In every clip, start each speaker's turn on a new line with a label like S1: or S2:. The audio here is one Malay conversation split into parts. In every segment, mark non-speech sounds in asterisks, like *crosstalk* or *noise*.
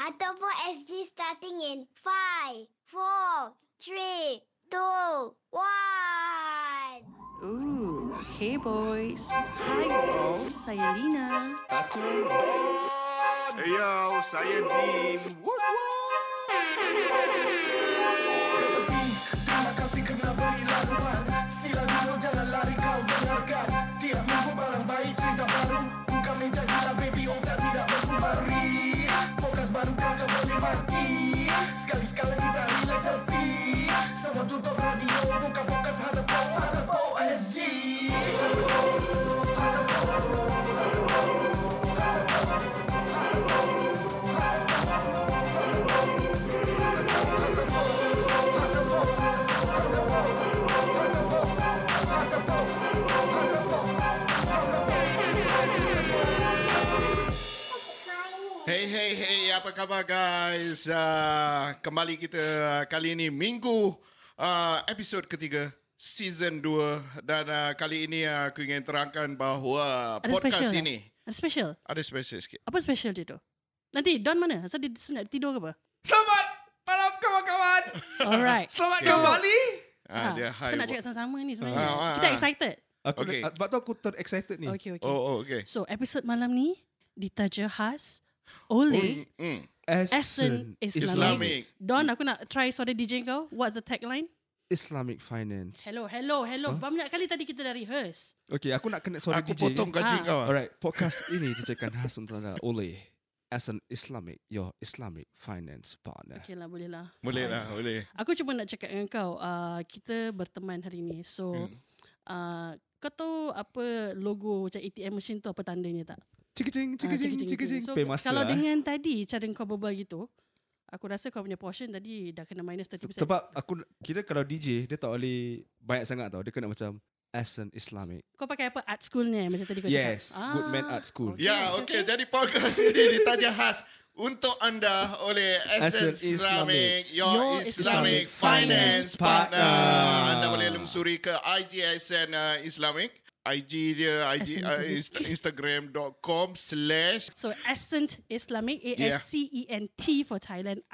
S1: ataupun SG starting in 5, 4, 3, 2, 1.
S2: Ooh, hey boys. Hi all, saya Lina.
S3: Aku Yo, saya Dean Wood
S4: tepi Terima kasih kerana beri laluan Sila dulu jangan lari kau dengarkan Tiap minggu barang baik cerita baru Buka meja gila baby otak tidak berkumari Pokas baru kakak boleh mati Sekali-sekala kita relate tepi Semua tutup radio Buka pokas hadapo hadapo SG
S3: Hey, hey, hey, apa khabar guys? Uh, kembali kita ah, kali ini minggu uh, episod ketiga season 2 dan uh, kali ini uh, aku ingin terangkan bahawa podcast
S2: special,
S3: ini
S2: eh? Ada special.
S3: ada special sikit.
S2: Apa special dia tu? Nanti Don mana? Asal dia senang tidur ke *laughs* apa?
S5: Selamat malam kawan-kawan.
S2: Alright.
S5: Selamat kembali.
S3: Uh, dia
S2: ha, kita
S3: high
S2: nak
S3: wo-
S2: cakap sama-sama ni sebenarnya.
S3: Ah, ah,
S2: kita
S3: ah.
S2: excited.
S5: Aku
S3: Okay.
S5: okay. Sebab tu aku ter-excited ni.
S2: Okay, okay.
S3: Oh, oh, okay.
S2: So, episod malam ni ditaja khas oleh
S3: Mm.
S2: Essen Islamic.
S3: Islamic.
S2: Don, aku nak try suara DJ kau. What's the tagline?
S5: Islamic Finance.
S2: Hello, hello, hello. Banyak kali tadi kita dah rehearse.
S5: Okay, aku nak kena sorry
S3: Aku
S5: DJ.
S3: potong gaji
S2: Ah.
S3: kau. ah.
S5: Alright, podcast ini dicekan khas untuk anda oleh Essen Islamic, your Islamic finance partner.
S2: Okay lah, boleh lah.
S3: Boleh lah, boleh.
S2: Aku cuma nak cakap dengan kau, uh, kita berteman hari ni. So, uh, kau tahu apa logo macam ATM machine tu apa tandanya tak? Ah,
S5: Cikijing, cikijing,
S2: cik-cik,
S5: cikijing.
S2: cik-cik. So,
S5: Paymaster
S2: kalau
S5: lah, eh.
S2: dengan tadi cara kau berbual gitu, aku rasa kau punya portion tadi dah kena minus 30%.
S5: Sebab aku kira kalau DJ dia tak boleh banyak sangat tau. Dia kena macam Essen Islamic.
S2: kau pakai apa art school ni eh, macam tadi kau
S5: Yes,
S2: cakap. Ah.
S5: Goodman Art School.
S2: okay.
S3: Ya, okey. Jadi podcast ini ditaja khas untuk anda oleh Essence
S5: Essence
S3: Islamic,
S5: Islamic,
S3: your,
S2: your
S3: Islamic,
S5: Islamic
S3: finance
S5: finance
S3: partner.
S5: partner.
S3: Anda boleh lungsuri ke IG Essence uh, Islamic. IG dia IG uh,
S2: Essence
S3: inst- instagram.com slash
S2: So Ascent Islamic
S3: Yeah.
S2: A-S-C-E-N-T E for Thailand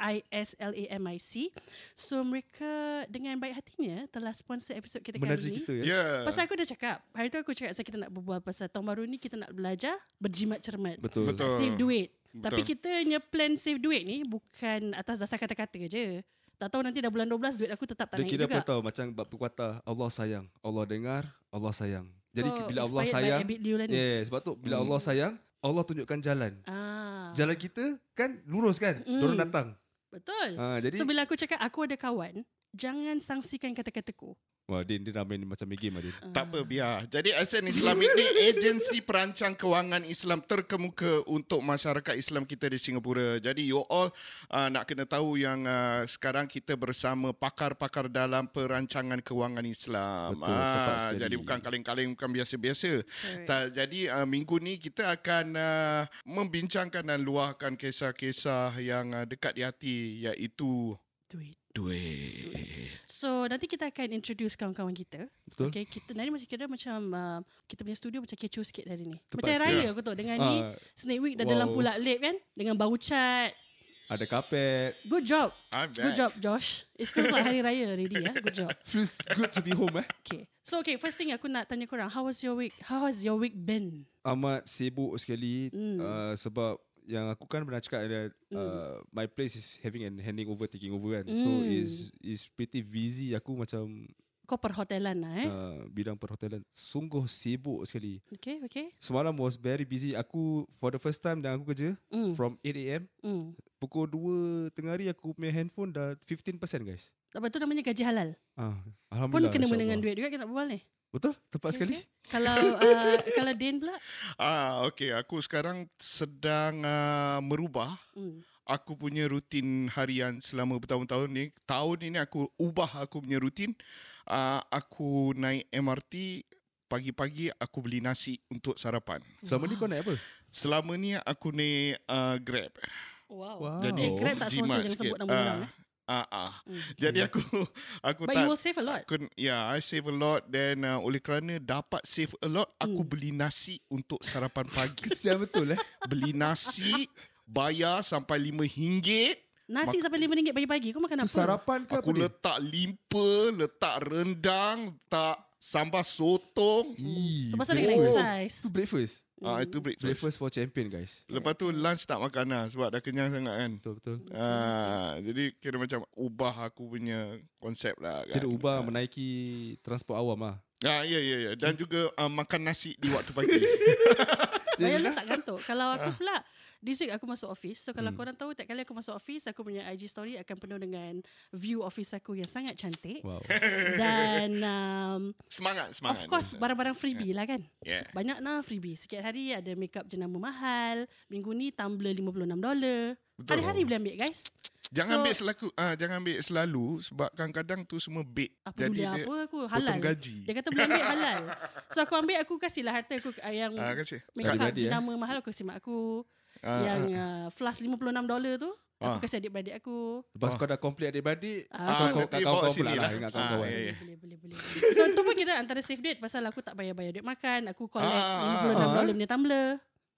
S2: I-S-L-A-M-I-C So mereka dengan baik hatinya telah sponsor episod kita kali
S5: Menaja
S2: ni
S5: kita ya.
S3: ya.
S2: Pasal aku dah cakap Hari tu aku cakap Pasal kita nak berbual Pasal tahun baru ni Kita nak belajar Berjimat cermat
S5: Betul.
S3: Betul.
S2: Save duit
S3: Betul.
S2: Betul. Tapi kita punya plan save duit ni Bukan atas dasar kata-kata je Tak tahu nanti dah bulan 12 Duit aku tetap tak
S5: Dia
S2: naik
S5: kira
S2: juga
S5: apa tau Macam bab perkuata Allah sayang Allah dengar Allah sayang Jadi
S2: Kau
S5: bila Allah
S2: inspired by
S5: sayang ya.
S2: Abid Liu lah ni.
S5: yeah, Sebab tu bila Allah sayang Allah tunjukkan jalan
S2: ah,
S5: Jalan kita kan lurus kan
S2: Mm.
S5: mm. Diorang datang
S2: Betul
S5: ha, Jadi
S2: So bila aku cakap Aku ada kawan Jangan sangsikan kata-kataku
S5: Wah Din dia dah main macam main game lah Din
S3: Tak apa, biar. Jadi Essence Islamic ni agensi perancang kewangan Islam terkemuka untuk masyarakat Islam kita di Singapura. Jadi you all uh, nak kena tahu yang uh, sekarang kita bersama pakar-pakar dalam perancangan kewangan Islam.
S5: Betul, tepat
S3: Ah,
S5: sekali.
S3: jadi bukan kaleng-kaleng, bukan biasa-biasa.
S2: Correct.
S3: Ta, jadi uh, minggu ni kita akan uh, membincangkan dan luahkan kisah-kisah yang uh, dekat di hati iaitu
S2: Duit
S3: duit.
S2: So nanti kita akan introduce kawan-kawan kita.
S5: Betul.
S2: Okay, kita nanti masih kira macam uh, kita punya studio macam kecoh sikit hari ni.
S5: Tepat
S2: macam
S5: sikit.
S2: raya aku tahu dengan ni
S5: Ah.
S2: Snake Week dah
S5: Wow.
S2: dalam pula lab kan dengan bau cat.
S5: Ada kapet
S2: Good job.
S3: I'm
S2: Good
S3: back.
S2: job Josh. It's feels like hari raya already ya. Good job.
S5: Feels good to be home eh *laughs*
S2: Okay. So okay, first thing aku nak tanya korang, how was your week? How has your week been?
S5: Amat sibuk sekali
S2: Hmm.
S5: mm. uh, Sebab yang aku kan pernah cakap ada uh, my place is having and handing over taking over kan so
S2: Mm.
S5: is is pretty busy aku macam
S2: Kau perhotelan lah eh.
S5: uh, bidang perhotelan sungguh sibuk sekali
S2: Okay, okay.
S5: Semalam was very busy. Aku for the first time dan aku kerja
S2: Mm.
S5: mm. from 8 am
S2: Hmm.
S5: pukul 2 tengah hari aku punya handphone dah 15% guys.
S2: Lepas tu namanya gaji halal.
S5: Ah,
S2: Pun
S5: alhamdulillah.
S2: kena
S5: insyaAllah.
S2: dengan duit juga kita nak berbual ni.
S5: Betul?
S2: Okay,
S5: Tepat okay, sekali.
S2: okay. Kalau uh, *laughs* kalau Din pula.
S3: Ah, okey. Aku sekarang sedang uh, merubah
S2: Hmm.
S3: aku punya rutin harian selama bertahun-tahun ni. Tahun ini aku ubah aku punya rutin. Uh, aku naik MRT pagi-pagi aku beli nasi untuk sarapan.
S5: Selama ni kau naik apa?
S3: Selama ni aku naik uh, Grab.
S2: Wow.
S5: Wow.
S3: Jadi
S2: Eh, Grab tak sponsor,
S3: jimat
S2: jangan sebut
S3: sikit.
S2: nama orang, eh.
S3: Ah, ah.
S2: Hmm.
S3: Jadi aku *laughs* aku
S2: But you
S3: tak
S2: will save a lot.
S3: Aku, yeah, I save a lot Then uh, oleh kerana dapat save
S2: Hmm.
S3: a lot Aku beli nasi untuk sarapan pagi
S2: *laughs*
S5: Kesian betul eh.
S3: Beli nasi bayar sampai RM5
S2: Nasi sampai RM5 pagi-pagi kau makan
S6: Itu
S2: apa?
S6: sarapan ke
S3: Aku
S6: apa dia?
S3: letak limpa, letak rendang, letak sambal sotong.
S5: Ih,
S2: Lepas tu dia kena
S5: breakfast.
S2: exercise.
S5: Itu breakfast.
S2: Oh,
S3: Ah itu breakfast. breakfast.
S5: Breakfast for champion guys.
S3: Lepas tu lunch tak makan lah sebab dah kenyang sangat kan.
S5: Betul betul.
S3: Ah, jadi kira macam ubah aku punya konsep lah kan.
S5: Kita dah ubah menaiki transport awam lah.
S3: Ah ya ya ya dan juga uh, makan nasi di waktu
S2: *laughs*
S3: pagi.
S2: Bayang
S3: lah.
S2: tak gantuk. Kalau
S3: Ah.
S2: aku pula, this week aku masuk office. So
S3: Hmm.
S2: kalau korang tahu, tak kali aku masuk office, aku punya IG story akan penuh dengan view office aku yang sangat cantik.
S5: Wow.
S2: Dan um,
S3: semangat
S2: of
S3: semangat.
S2: course, barang-barang
S3: Eh.
S2: freebie lah kan.
S3: Yeah.
S2: Banyak lah freebie. Setiap hari ada makeup jenama mahal. Minggu ni tumbler $56. Hari-hari boleh ambil guys.
S3: Jangan so,
S2: So-
S3: ambil selaku ah jangan ambil selalu sebab kadang-kadang tu semua bait.
S2: Apa Jadi
S3: dia
S2: Ah, apa aku halal.
S3: potong gaji.
S2: Dia kata boleh ambil halal. So aku ambil, aku kasihlah harta aku uh, yang
S3: Ah kasih.
S2: makeup
S5: Adik-beradik, eh?
S2: jenama mahal aku kasih mak aku.
S3: Ah,
S2: yang uh, flash 56 dolar tu aku
S3: Ah.
S2: kasih adik-beradik aku.
S5: Lepas kau dah complete adik-beradik,
S2: Ah,
S5: kau kau
S3: nanti
S5: kau
S3: bawa
S5: kau
S3: sini
S5: pula
S3: lah.
S5: lah ingat
S3: Ah,
S5: kawan-kawan.
S3: ya, ya.
S2: Boleh, boleh, boleh, boleh. So tu pun kira antara safe date pasal aku tak bayar-bayar duit makan. Aku collect
S3: Ah,
S2: ah, 56
S6: ah,
S2: dolar punya tumbler.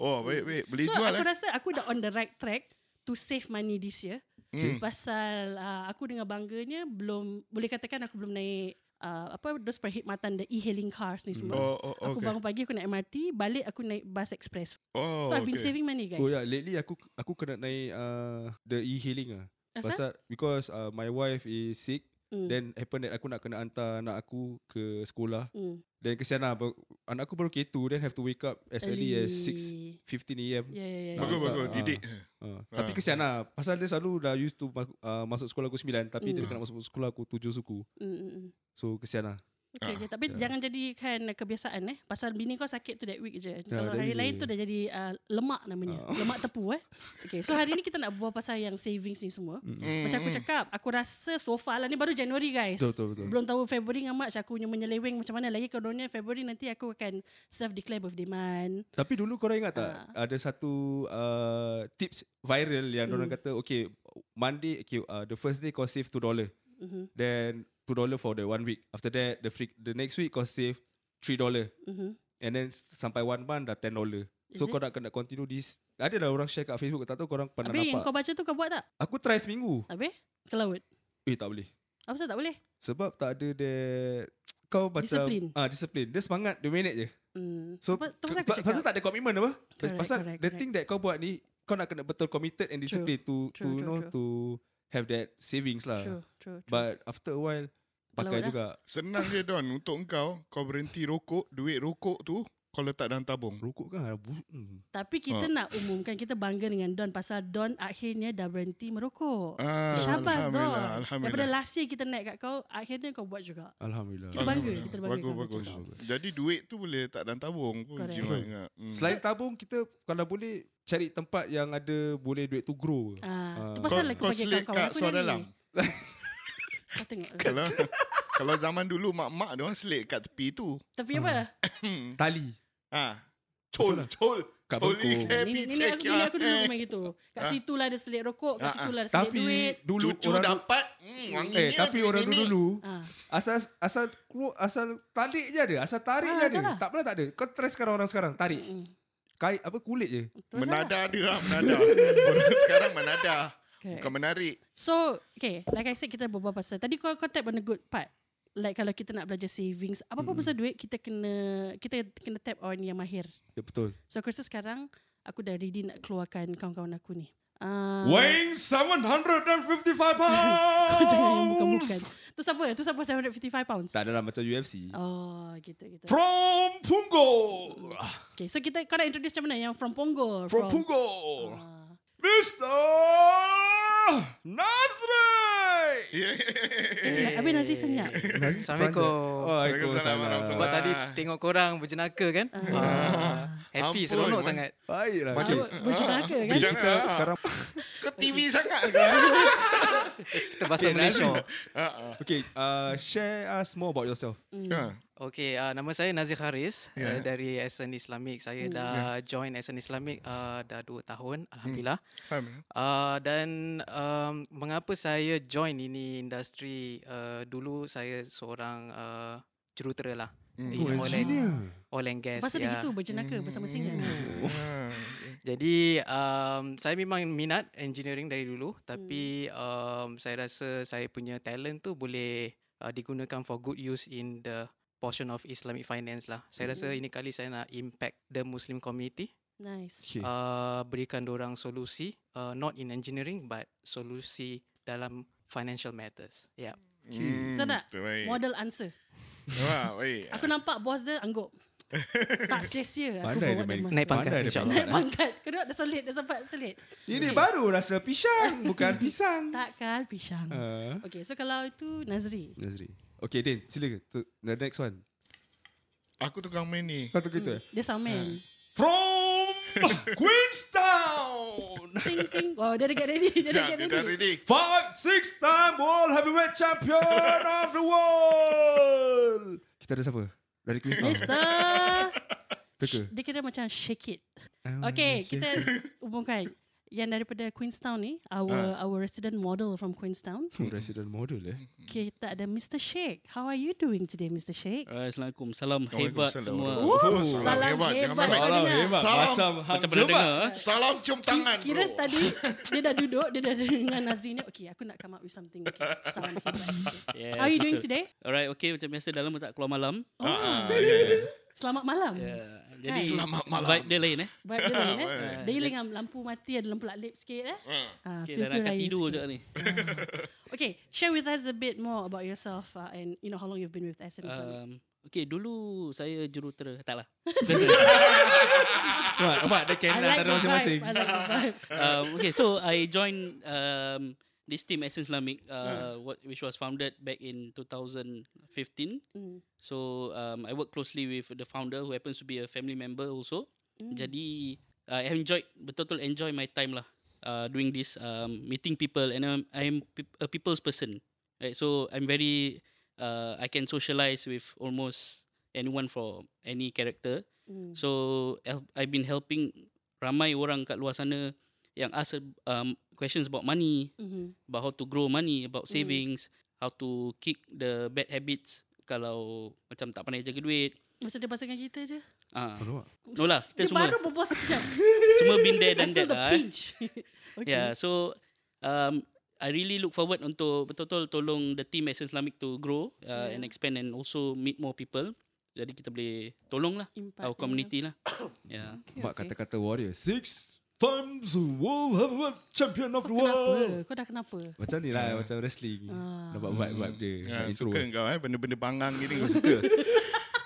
S3: Oh baik baik boleh
S2: so
S3: jual
S2: aku
S3: eh.
S2: rasa aku dah on the right track to save money this year.
S3: Hmm.
S2: Pasal uh, aku dengan bangganya belum boleh katakan aku belum naik uh, apa dos perkhidmatan the e-hailing cars ni semua.
S3: Oh oh
S2: Aku
S3: okay.
S2: bangun pagi aku naik MRT, balik aku naik bus express.
S3: Oh,
S2: so I've been
S3: okay.
S2: saving money guys.
S5: Oh yeah, lately aku aku kena naik uh, the e-hailing ah.
S2: Asal?
S5: Pasal because uh, my wife is sick,
S2: Mm,
S5: then happen that aku nak kena hantar anak aku ke sekolah.
S2: mm.
S5: Then kesian lah ber- Anak aku baru K2 Then have to wake up As early, as
S2: Early.
S5: 6.15am yeah.
S2: Ya ya ya.
S3: Bagus
S5: Ah,
S3: bagus
S5: ah.
S3: didik.
S5: uh, Tapi kesian lah Pasal dia selalu dah used to ma- uh, Masuk sekolah aku 9 Tapi dia
S2: Hmm.
S5: nak masuk sekolah aku 7 suku
S2: Mm, mm, mm.
S5: So kesian lah
S2: Okay, okay. Tapi
S5: Ya.
S2: jangan jadikan kebiasaan eh. Pasal bini kau sakit tu that week je. Kalau
S5: Ya, that
S2: hari
S5: week
S2: lain
S5: je.
S2: tu dah jadi uh, lemak namanya.
S5: Ah.
S2: Lemak tepu eh. Okay, so hari ni kita nak berbual pasal yang savings ni semua.
S3: Hmm,
S2: Macam aku
S3: hmm.
S2: cakap, aku rasa so far lah ni baru Januari guys.
S5: Betul betul betul
S2: Belum tahu Februari dengan March aku punya menyeleweng macam mana. Lagi kononnya Februari nanti aku akan self-declare birthday month.
S5: Tapi dulu korang ingat tak Ada satu uh, Tips viral Yang
S2: Hmm.
S5: orang kata Okay Monday okay, uh, The first day kau save $2
S2: Mhm,
S5: Then $2 for the one week After that The, free, the next week kau save $3
S2: mhm.
S5: And then s- sampai one month dah $10.
S2: Is
S5: So
S2: it?
S5: kau nak kena continue this. Ada dah orang share kat Facebook tak tahu korang pernah
S2: Habis yang
S5: nampak.
S2: kau baca tu kau buat tak?
S5: Aku try seminggu.
S2: Habis? Ke laut?
S5: Eh tak boleh.
S2: Apa sebab tak boleh?
S5: Sebab tak ada that kau macam
S2: Disiplin.
S5: ah disiplin. Dia semangat dia minit je.
S2: Hmm.
S5: So
S2: Pas- tu
S5: ke-
S2: pasal aku
S5: pa-
S2: cakap.
S5: pasal tak ada commitment apa?
S2: Correct,
S5: pasal
S2: correct,
S5: the
S2: correct.
S5: thing that kau buat ni kau nak kena betul committed and
S2: True.
S5: disciplined to to
S2: True,
S5: you
S2: true,
S5: know
S2: true.
S5: to have that savings lah.
S2: True, true, true.
S5: But after a while pakai
S2: dah.
S5: juga.
S3: Senang je Don untuk engkau kau berhenti rokok, duit rokok tu kau letak dalam tabung.
S5: Rokok kan bu- hmm.
S2: Tapi kita
S3: Ah.
S2: nak umumkan kita bangga dengan Don pasal Don akhirnya dah berhenti merokok.
S3: Ah,
S2: Syabas Don.
S3: Alhamdulillah,
S2: Daripada
S3: alhamdulillah.
S2: last year kita naik kat kau, akhirnya kau buat juga.
S5: Alhamdulillah.
S2: Kita bangga,
S3: Alhamdulillah.
S2: kita bangga
S3: Bagus,
S2: kau
S3: bagus.
S5: macam tu.
S3: Jadi duit tu boleh letak dalam tabung pun
S2: Correct.
S3: jimat ingat. Hmm.
S5: Selain tabung kita kalau boleh cari tempat yang ada boleh duit tu grow.
S2: Ah, tu
S5: Ah.
S2: pasal
S3: Kau-
S2: lagi
S3: kau
S2: bagi
S3: selit
S2: kau
S3: kat
S2: kawan
S3: suara
S2: ni. *laughs*
S3: dalam.
S2: Kau tengok.
S3: *laughs* Kalau kalau zaman dulu mak-mak dia orang selit kat tepi tu.
S2: Tapi apa?
S3: Ah.
S5: Tali.
S3: Ha. Col,
S5: lah.
S3: col.
S5: Kat
S3: Col
S5: bengkung.
S3: ikan
S2: Nenek, nenek
S3: dicek,
S2: aku bila aku dulu
S3: eh.
S2: main gitu. Kat
S3: Ah.
S2: situ lah ada selit rokok,
S3: Ah, ah.
S2: kat situ lah ada selit
S5: Tapi
S2: duit.
S5: dulu
S3: Cucu
S5: orang
S3: dapat. Hmm, wanginya.
S5: eh tapi
S3: duit
S5: orang
S3: nenek.
S5: dulu dulu
S2: Ah,
S5: asal asal keluar- asal tarik je ada, asal tarik
S2: Ah,
S5: je ada.
S2: betul lah.
S5: Tak pernah tak ada. Kau try sekarang orang sekarang tarik.
S2: mm.
S5: Kai apa kulit je.
S2: Tu pasal lah.
S3: Menada dia lah, menada. *laughs* orang sekarang menada.
S2: Eh. Correct.
S3: Bukan menarik.
S2: So, okay, like I said kita berbual pasal tadi kau kau tap on a good part. Like kalau kita nak belajar savings, apa-apa pasal duit kita kena kita kena tap on yang mahir.
S5: Ya betul.
S2: So aku rasa sekarang aku dah ready nak keluarkan kawan-kawan aku ni. Uh,
S5: Weighing 755
S2: *laughs* Kau *laughs* jangan yang
S5: pounds.
S2: bukan-bukan. Tu siapa? Tu siapa 755 pounds?
S5: Tak adalah macam UFC.
S2: Oh, gitu gitu.
S5: From Punggol.
S2: Okay, so kita kau nak introduce macam mana yang from Punggol?
S5: From Punggol.
S2: Ah.
S5: Mr. Nazri.
S3: Yeah.
S2: Eh, Habis nasi senyap.
S7: Assalamualaikum. Oh.
S5: Waalaikumsalam.
S7: Sebab
S3: Ah.
S7: tadi tengok korang berjenaka kan? Ah.
S3: Ampun,
S7: Happy, seronok
S3: man.
S7: sangat.
S5: Baiklah.
S3: Macam-
S5: Kita-
S2: Berjenaka kan?
S3: Berjenaka.
S5: kita
S3: Ah.
S5: sekarang
S3: *laughs* Kau TV sangat *laughs* ke?
S7: Kita bahasa Malaysia.
S5: Okay, uh, share us more about yourself.
S3: Ha.
S7: Okey, uh, nama saya Nazir Haris yeah. uh, dari SN Islamic. Saya
S2: Hmm.
S7: dah join SN Islamic uh, dah 2 tahun, alhamdulillah.
S3: Faham?
S7: Uh, dan um, mengapa saya join ini industri uh, dulu saya seorang uh, jurutera lah. Mm.
S5: Oh, engineer.
S7: oil and gas.
S2: Pasal
S5: Hmm.
S7: ya.
S2: yeah. gitu berjenaka bersama singa.
S3: Ha.
S7: Jadi um, saya memang minat engineering dari dulu tapi um, saya rasa saya punya talent tu boleh uh, digunakan for good use in the portion of Islamic finance lah. Saya rasa ini kali saya nak impact the Muslim community,
S2: Nice.
S5: Okay.
S7: uh, berikan orang solusi uh, not in engineering but solusi dalam financial matters. Ya. Yeah.
S3: Hmm,
S2: Betul tak?
S3: Betul baik.
S2: Model answer.
S3: Wah, baik.
S2: Aku nampak bos dia
S5: *laughs*
S2: angguk. tak sia-sia aku bawa
S5: Pandai dia main.
S2: dia masuk.
S7: Naik pangkat,
S5: Pandai dia
S7: insyaAllah.
S2: Naik pangkat. Kau tengok dia solid, dia sempat solid.
S5: *laughs* Ini baru rasa pisang, bukan pisang.
S2: Takkan pisang.
S5: Uh,
S2: Okay, so kalau itu Nazri.
S5: Nazri. Okay, Din, silakan. Tu- The next one.
S3: Aku tukang main ni.
S5: Kau tu gitu eh?
S2: Dia soundman.
S5: From Queenstown!
S2: ting, ting. Oh, dia dah get ready. Dia dah
S3: Sekejap,
S2: get
S3: dia dah
S2: ready.
S3: ready.
S5: Five, six time world heavyweight champion of the world. Kita ada siapa? Dari Queenstown.
S6: *laughs*
S2: Mister.
S5: Teka.
S2: Dia kira macam shake it.
S6: Ah,
S2: Okay, kita
S6: *laughs*
S2: umumkan. Yang daripada Queenstown ni, our
S3: Ah.
S2: our resident model from Queenstown.
S5: Resident Hmm, model eh.
S3: Hmm.
S2: Kita ada Mr. Sheikh. How are you doing today, Mr. Sheikh?
S6: Uh, Assalamualaikum. Salam hebat
S3: Waalaikumsalam.
S6: semua.
S2: Oh,
S3: Oh,
S2: salam
S3: salam hebat. Jangan
S2: hebat.
S3: main.
S2: Salam hebat.
S3: Macam
S6: Macam pernah dengar. eh?
S3: Salam cium tangan.
S2: Kira
S3: bro. *laughs*
S2: tadi dia dah duduk, dia dah dengan Nazri ni. Okay, aku nak come up with something. Okay, salam
S3: *laughs*
S2: hebat.
S6: Yes,
S2: How are you doing
S6: betul.
S2: today? Hmm.
S6: Alright, okay. Macam biasa dalam tak keluar malam.
S2: Oh.
S3: Ah, ah, yeah.
S2: Selamat malam.
S6: Yeah. Jadi,
S3: Selamat malam.
S6: Vibe dia lain eh.
S2: Vibe dia lain
S3: *laughs*
S2: eh.
S6: Alright.
S2: Dia hilang lampu mati ada lampu lap sikit eh.
S3: Ah.
S2: Ah,
S6: Okay,
S2: feel-feel
S6: dah nak akan
S2: raya
S6: tidur
S2: sikit.
S6: juga ni.
S2: Okay, share with us a bit more about yourself uh, and you know how long you've been with SN Islamic.
S6: Um, okay, dulu saya jurutera. lah.
S2: *laughs*
S6: Taklah.
S5: Nampak, nampak. Dia
S6: lah,
S5: kena antara masing-masing.
S2: I like
S6: *laughs*
S2: the vibe.
S6: um, okay, so I joined um, this team Essence Islamic,
S3: Hmm.
S6: uh, what, which was founded back in 2015.
S2: Mm.
S6: So um, I work closely with the founder, who happens to be a family member also.
S2: mm, Hmm.
S6: Jadi uh, I enjoyed betul-betul enjoy my time lah uh, doing this, um, meeting people, and I'm, I'm peop- a people's person. Right, so I'm very uh, I can socialize with almost anyone for any character.
S2: Mm.
S6: So el- I've been helping ramai orang kat luar sana yang ask um, questions about money,
S2: Mhm.
S6: about how to grow money, about
S2: Mm.
S6: savings, how to kick the bad habits kalau macam tak pandai jaga duit.
S2: Macam dia pasangkan kita je.
S6: Ah,
S5: Nampak?
S2: Ya,
S6: no lah, kita
S2: Dia
S6: semua
S2: baru berbual sekejap.
S6: *laughs* semua been there
S2: I
S6: dan
S2: feel
S6: that
S2: the
S6: lah. Eh.
S2: pinch. *laughs* okay.
S6: Yeah, Ya, so um, I really look forward untuk betul-betul tolong the team Essence Islamic to grow uh,
S2: Yeah.
S6: and expand and also meet more people. Jadi kita boleh tolong lah
S2: Impact
S6: our
S2: dia.
S6: community lah. Yeah.
S2: Okay,
S5: Nampak
S2: okay.
S5: kata-kata warrior. Six times world heavyweight champion
S2: Kau
S5: of the
S2: kenapa?
S5: world.
S2: Kau dah kenapa?
S5: Macam ni lah. Macam wrestling.
S2: Ah.
S5: Nampak vibe-vibe dia.
S3: Ya,
S5: Nampak intro.
S3: suka kau eh benda-benda bangang gini kau *laughs* suka.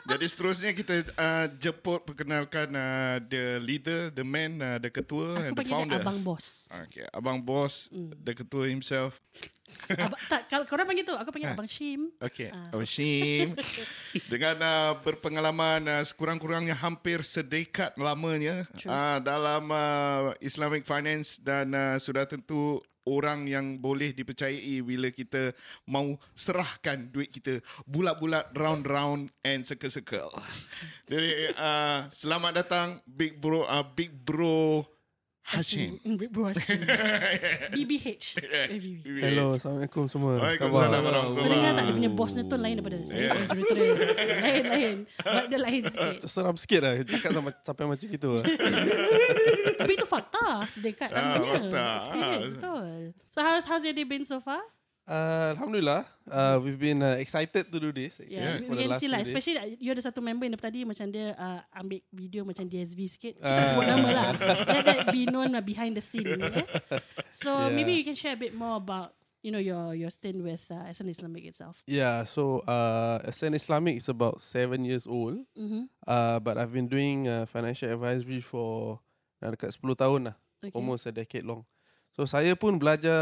S3: Jadi seterusnya kita uh, jemput perkenalkan uh, the leader, the man, uh, the ketua and
S2: Aku
S3: the
S2: panggil dia
S3: founder.
S2: Abang
S3: *laughs*
S2: Hmm. Bos.
S3: Okay, abang bos, the ketua himself.
S2: Abang, tak, kalau korang panggil tu, aku panggil
S3: Eh.
S2: Abang Shim.
S3: Okay,
S2: Ah.
S3: Abang
S2: *laughs*
S3: Syim. Oh, Dengan uh, berpengalaman uh, sekurang-kurangnya hampir sedekat lamanya uh, dalam uh, Islamic Finance dan uh, sudah tentu orang yang boleh dipercayai bila kita mau serahkan duit kita bulat-bulat, round-round and
S2: *laughs*
S3: circle-circle. Jadi uh, selamat datang Big Bro uh, Big Bro Hashim.
S2: Big *laughs* Bro
S3: *laughs*
S2: Hashim. BBH.
S3: Yes.
S2: ABB.
S8: Hello, Assalamualaikum semua.
S3: Waalaikumsalam
S2: Kau dengar tak dia
S3: warahmatullahi
S2: punya bos ni tu lain daripada saya
S3: Yeah.
S2: yeah. jurutera.
S8: *laughs*
S2: Lain-lain. Sebab dia lain sikit.
S8: Seram sikit lah Cakap sama, sampai macam gitu lah
S2: Tapi itu fakta sedekat
S3: Ah,
S2: namanya.
S3: fakta.
S2: Experience
S3: Ah.
S2: betul. So how's, how's your day been so far?
S8: uh, Alhamdulillah uh, We've been uh, excited to do this actually,
S2: Yeah,
S8: for
S2: we can
S8: the last
S2: see
S8: few
S2: lah.
S8: days.
S2: Especially that you ada satu member yang tadi macam dia uh, ambil video macam DSV sikit. Kita
S8: Ah.
S2: sebut nama lah. Let that
S8: *laughs*
S2: be known lah behind the scene. eh. So
S8: Yeah.
S2: maybe you can share a bit more about you know your your stint with uh, SN Islamic itself.
S8: Yeah, so uh, SN Islamic is about seven years old
S2: Mm-hmm.
S8: uh, But I've been doing uh, financial advisory for uh, Dekat 10 tahun lah
S2: Okay.
S8: Almost a decade long So saya pun belajar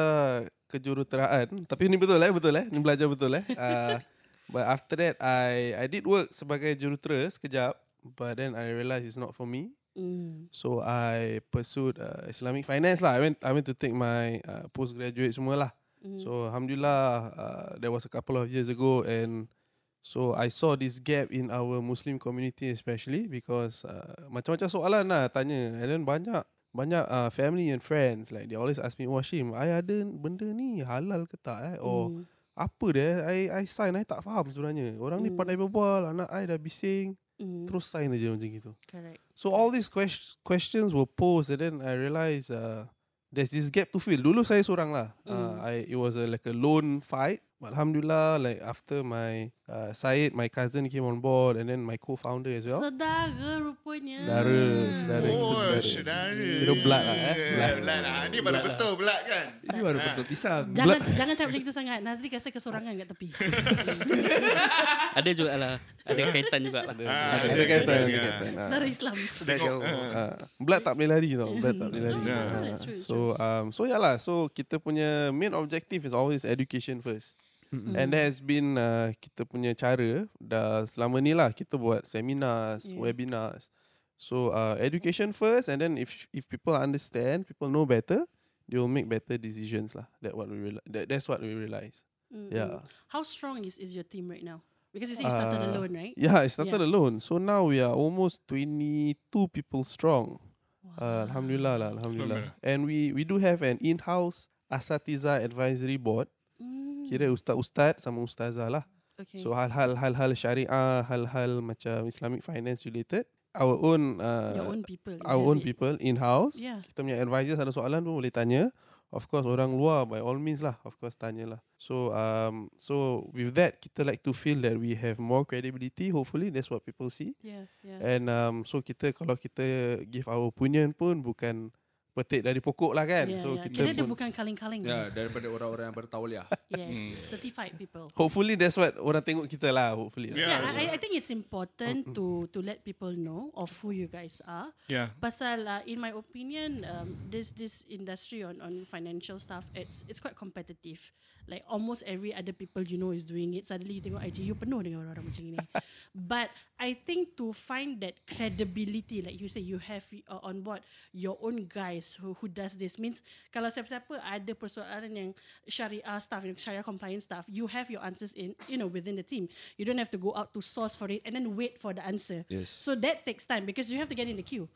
S8: kejuruteraan Tapi ni betul eh, betul eh Ni belajar betul
S2: *laughs*
S8: eh uh, But after that, I I did work sebagai jurutera sekejap But then I realised it's not for me
S2: Mm.
S8: So I pursued uh, Islamic finance lah. I went I went to take my uh, postgraduate semua lah.
S2: Mm.
S8: So alhamdulillah uh, there was a couple of years ago and so I saw this gap in our Muslim community especially because uh, macam-macam soalan lah tanya and then banyak banyak uh, family and friends like they always ask me Washim, I ada benda ni halal ke tak eh or
S2: Mm.
S8: apa dia I I sign I tak faham sebenarnya. Orang ni
S2: Hmm.
S8: pandai berbual, anak I dah bising.
S2: Mm.
S8: Terus sign aja macam gitu.
S2: Correct.
S8: So all these quest- questions were posed and then I realised uh, there's this gap to fill. Dulu saya seorang lah. Uh,
S2: Mm.
S8: I, it was a, like a lone fight. But Alhamdulillah, like after my uh, Syed, my cousin came on board and then my co-founder as well.
S2: Sedara rupanya.
S8: Sedara, sedara.
S3: Oh,
S8: kita saudara.
S3: saudara.
S8: Kira blood lah, eh?
S3: Blood, blood lah. Ni baru betul blood kan?
S5: Ini baru betul pisang.
S2: Jangan jangan cakap macam itu sangat. Nazri rasa kesorangan kat
S8: *laughs*
S2: tepi. Hmm.
S6: Ada juga lah. Ada kaitan juga
S8: *laughs*
S6: lah.
S3: Ah,
S8: Ada
S3: ada
S8: kaitan, ada
S3: kaitan.
S8: kaitan. Ah.
S2: Sedara Islam.
S7: Dah jauh.
S8: Ah, blood tak boleh lari tau Blood tak boleh lari
S2: Yeah.
S8: Ah,
S2: That's true,
S8: So um, so yeah lah So kita punya main objective is always education first
S2: Hmm. Mm-hmm.
S8: And that has been uh, kita punya cara dah selama ni lah kita buat seminars,
S2: Yeah.
S8: webinars. So uh, education first and then if if people understand, people know better, they will make better decisions lah. That what we reali- that, that's what we realize.
S2: Mm,
S8: Yeah.
S2: mm. How strong is is your team right now? Because you say you started
S8: Uh,
S2: alone, right?
S8: Yeah, it started alone. So now we are almost 22 people strong. Uh, Alhamdulillah lah, Alhamdulillah. And we we do have an in-house Asatiza Advisory Board.
S2: Mm,
S8: Kira ustaz-ustaz sama ustazah lah.
S2: okay.
S8: So hal-hal hal-hal syariah, hal-hal macam Islamic finance related. Our own uh,
S2: your own people. you
S8: our
S2: have
S8: own
S2: it.
S8: people in house.
S2: Yeah.
S8: Kita punya advisors ada soalan pun boleh tanya. Of course orang luar by all means lah. Of course tanyalah. So um so with that kita like to feel that we have more credibility. Hopefully that's what people see.
S2: Yeah, yeah.
S8: And um so kita kalau kita give our opinion pun bukan petik dari pokok lah kan.
S2: yeah,
S8: so
S2: yeah.
S8: kita
S2: Kira dia
S8: pun
S2: bukan kaling-kaling.
S5: Ya,
S2: guys.
S5: daripada orang-orang yang bertauliah.
S2: Yes,
S3: Hmm.
S2: certified people.
S8: hopefully that's what orang tengok kita lah hopefully.
S2: Yeah,
S3: Yeah. so-
S2: I, I think it's important to to let people know of who you guys are.
S3: Yeah.
S2: Pasal, uh, in my opinion, um, this this industry on on financial stuff, it's it's quite competitive. Like almost every other people you know is doing it. Suddenly you tengok IG you penuh dengan orang-orang macam ini. But I think to find that credibility, like you say, you have uh, on board your own guys who who does this means kalau siapa-siapa ada persoalan yang syariah stuff, yang syariah compliance stuff, you have your answers in you know within the team. You don't have to go out to source for it and then wait for the answer.
S5: Yes.
S2: So that takes time because you have to get in the queue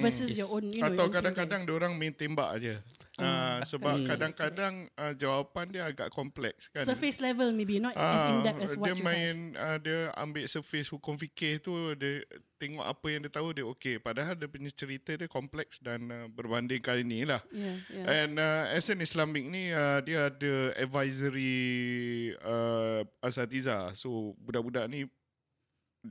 S2: versus your own, you know. your
S3: Atau
S2: own team
S3: kadang-kadang
S2: guys.
S3: orang main tembak aje.
S2: Hmm.
S3: Uh, sebab kadang-kadang uh, jawapan dia agak kompleks kan.
S2: surface level maybe not as
S3: Ah,
S2: in depth as what
S3: dia
S2: you have.
S3: main uh, dia ambil surface hukum fikir tu dia tengok apa yang dia tahu dia okey padahal dia punya cerita dia kompleks dan uh, berbanding kali ni lah
S2: Yeah, yeah.
S3: And uh, as an Islamic ni uh, dia ada advisory uh, asatiza. So budak-budak ni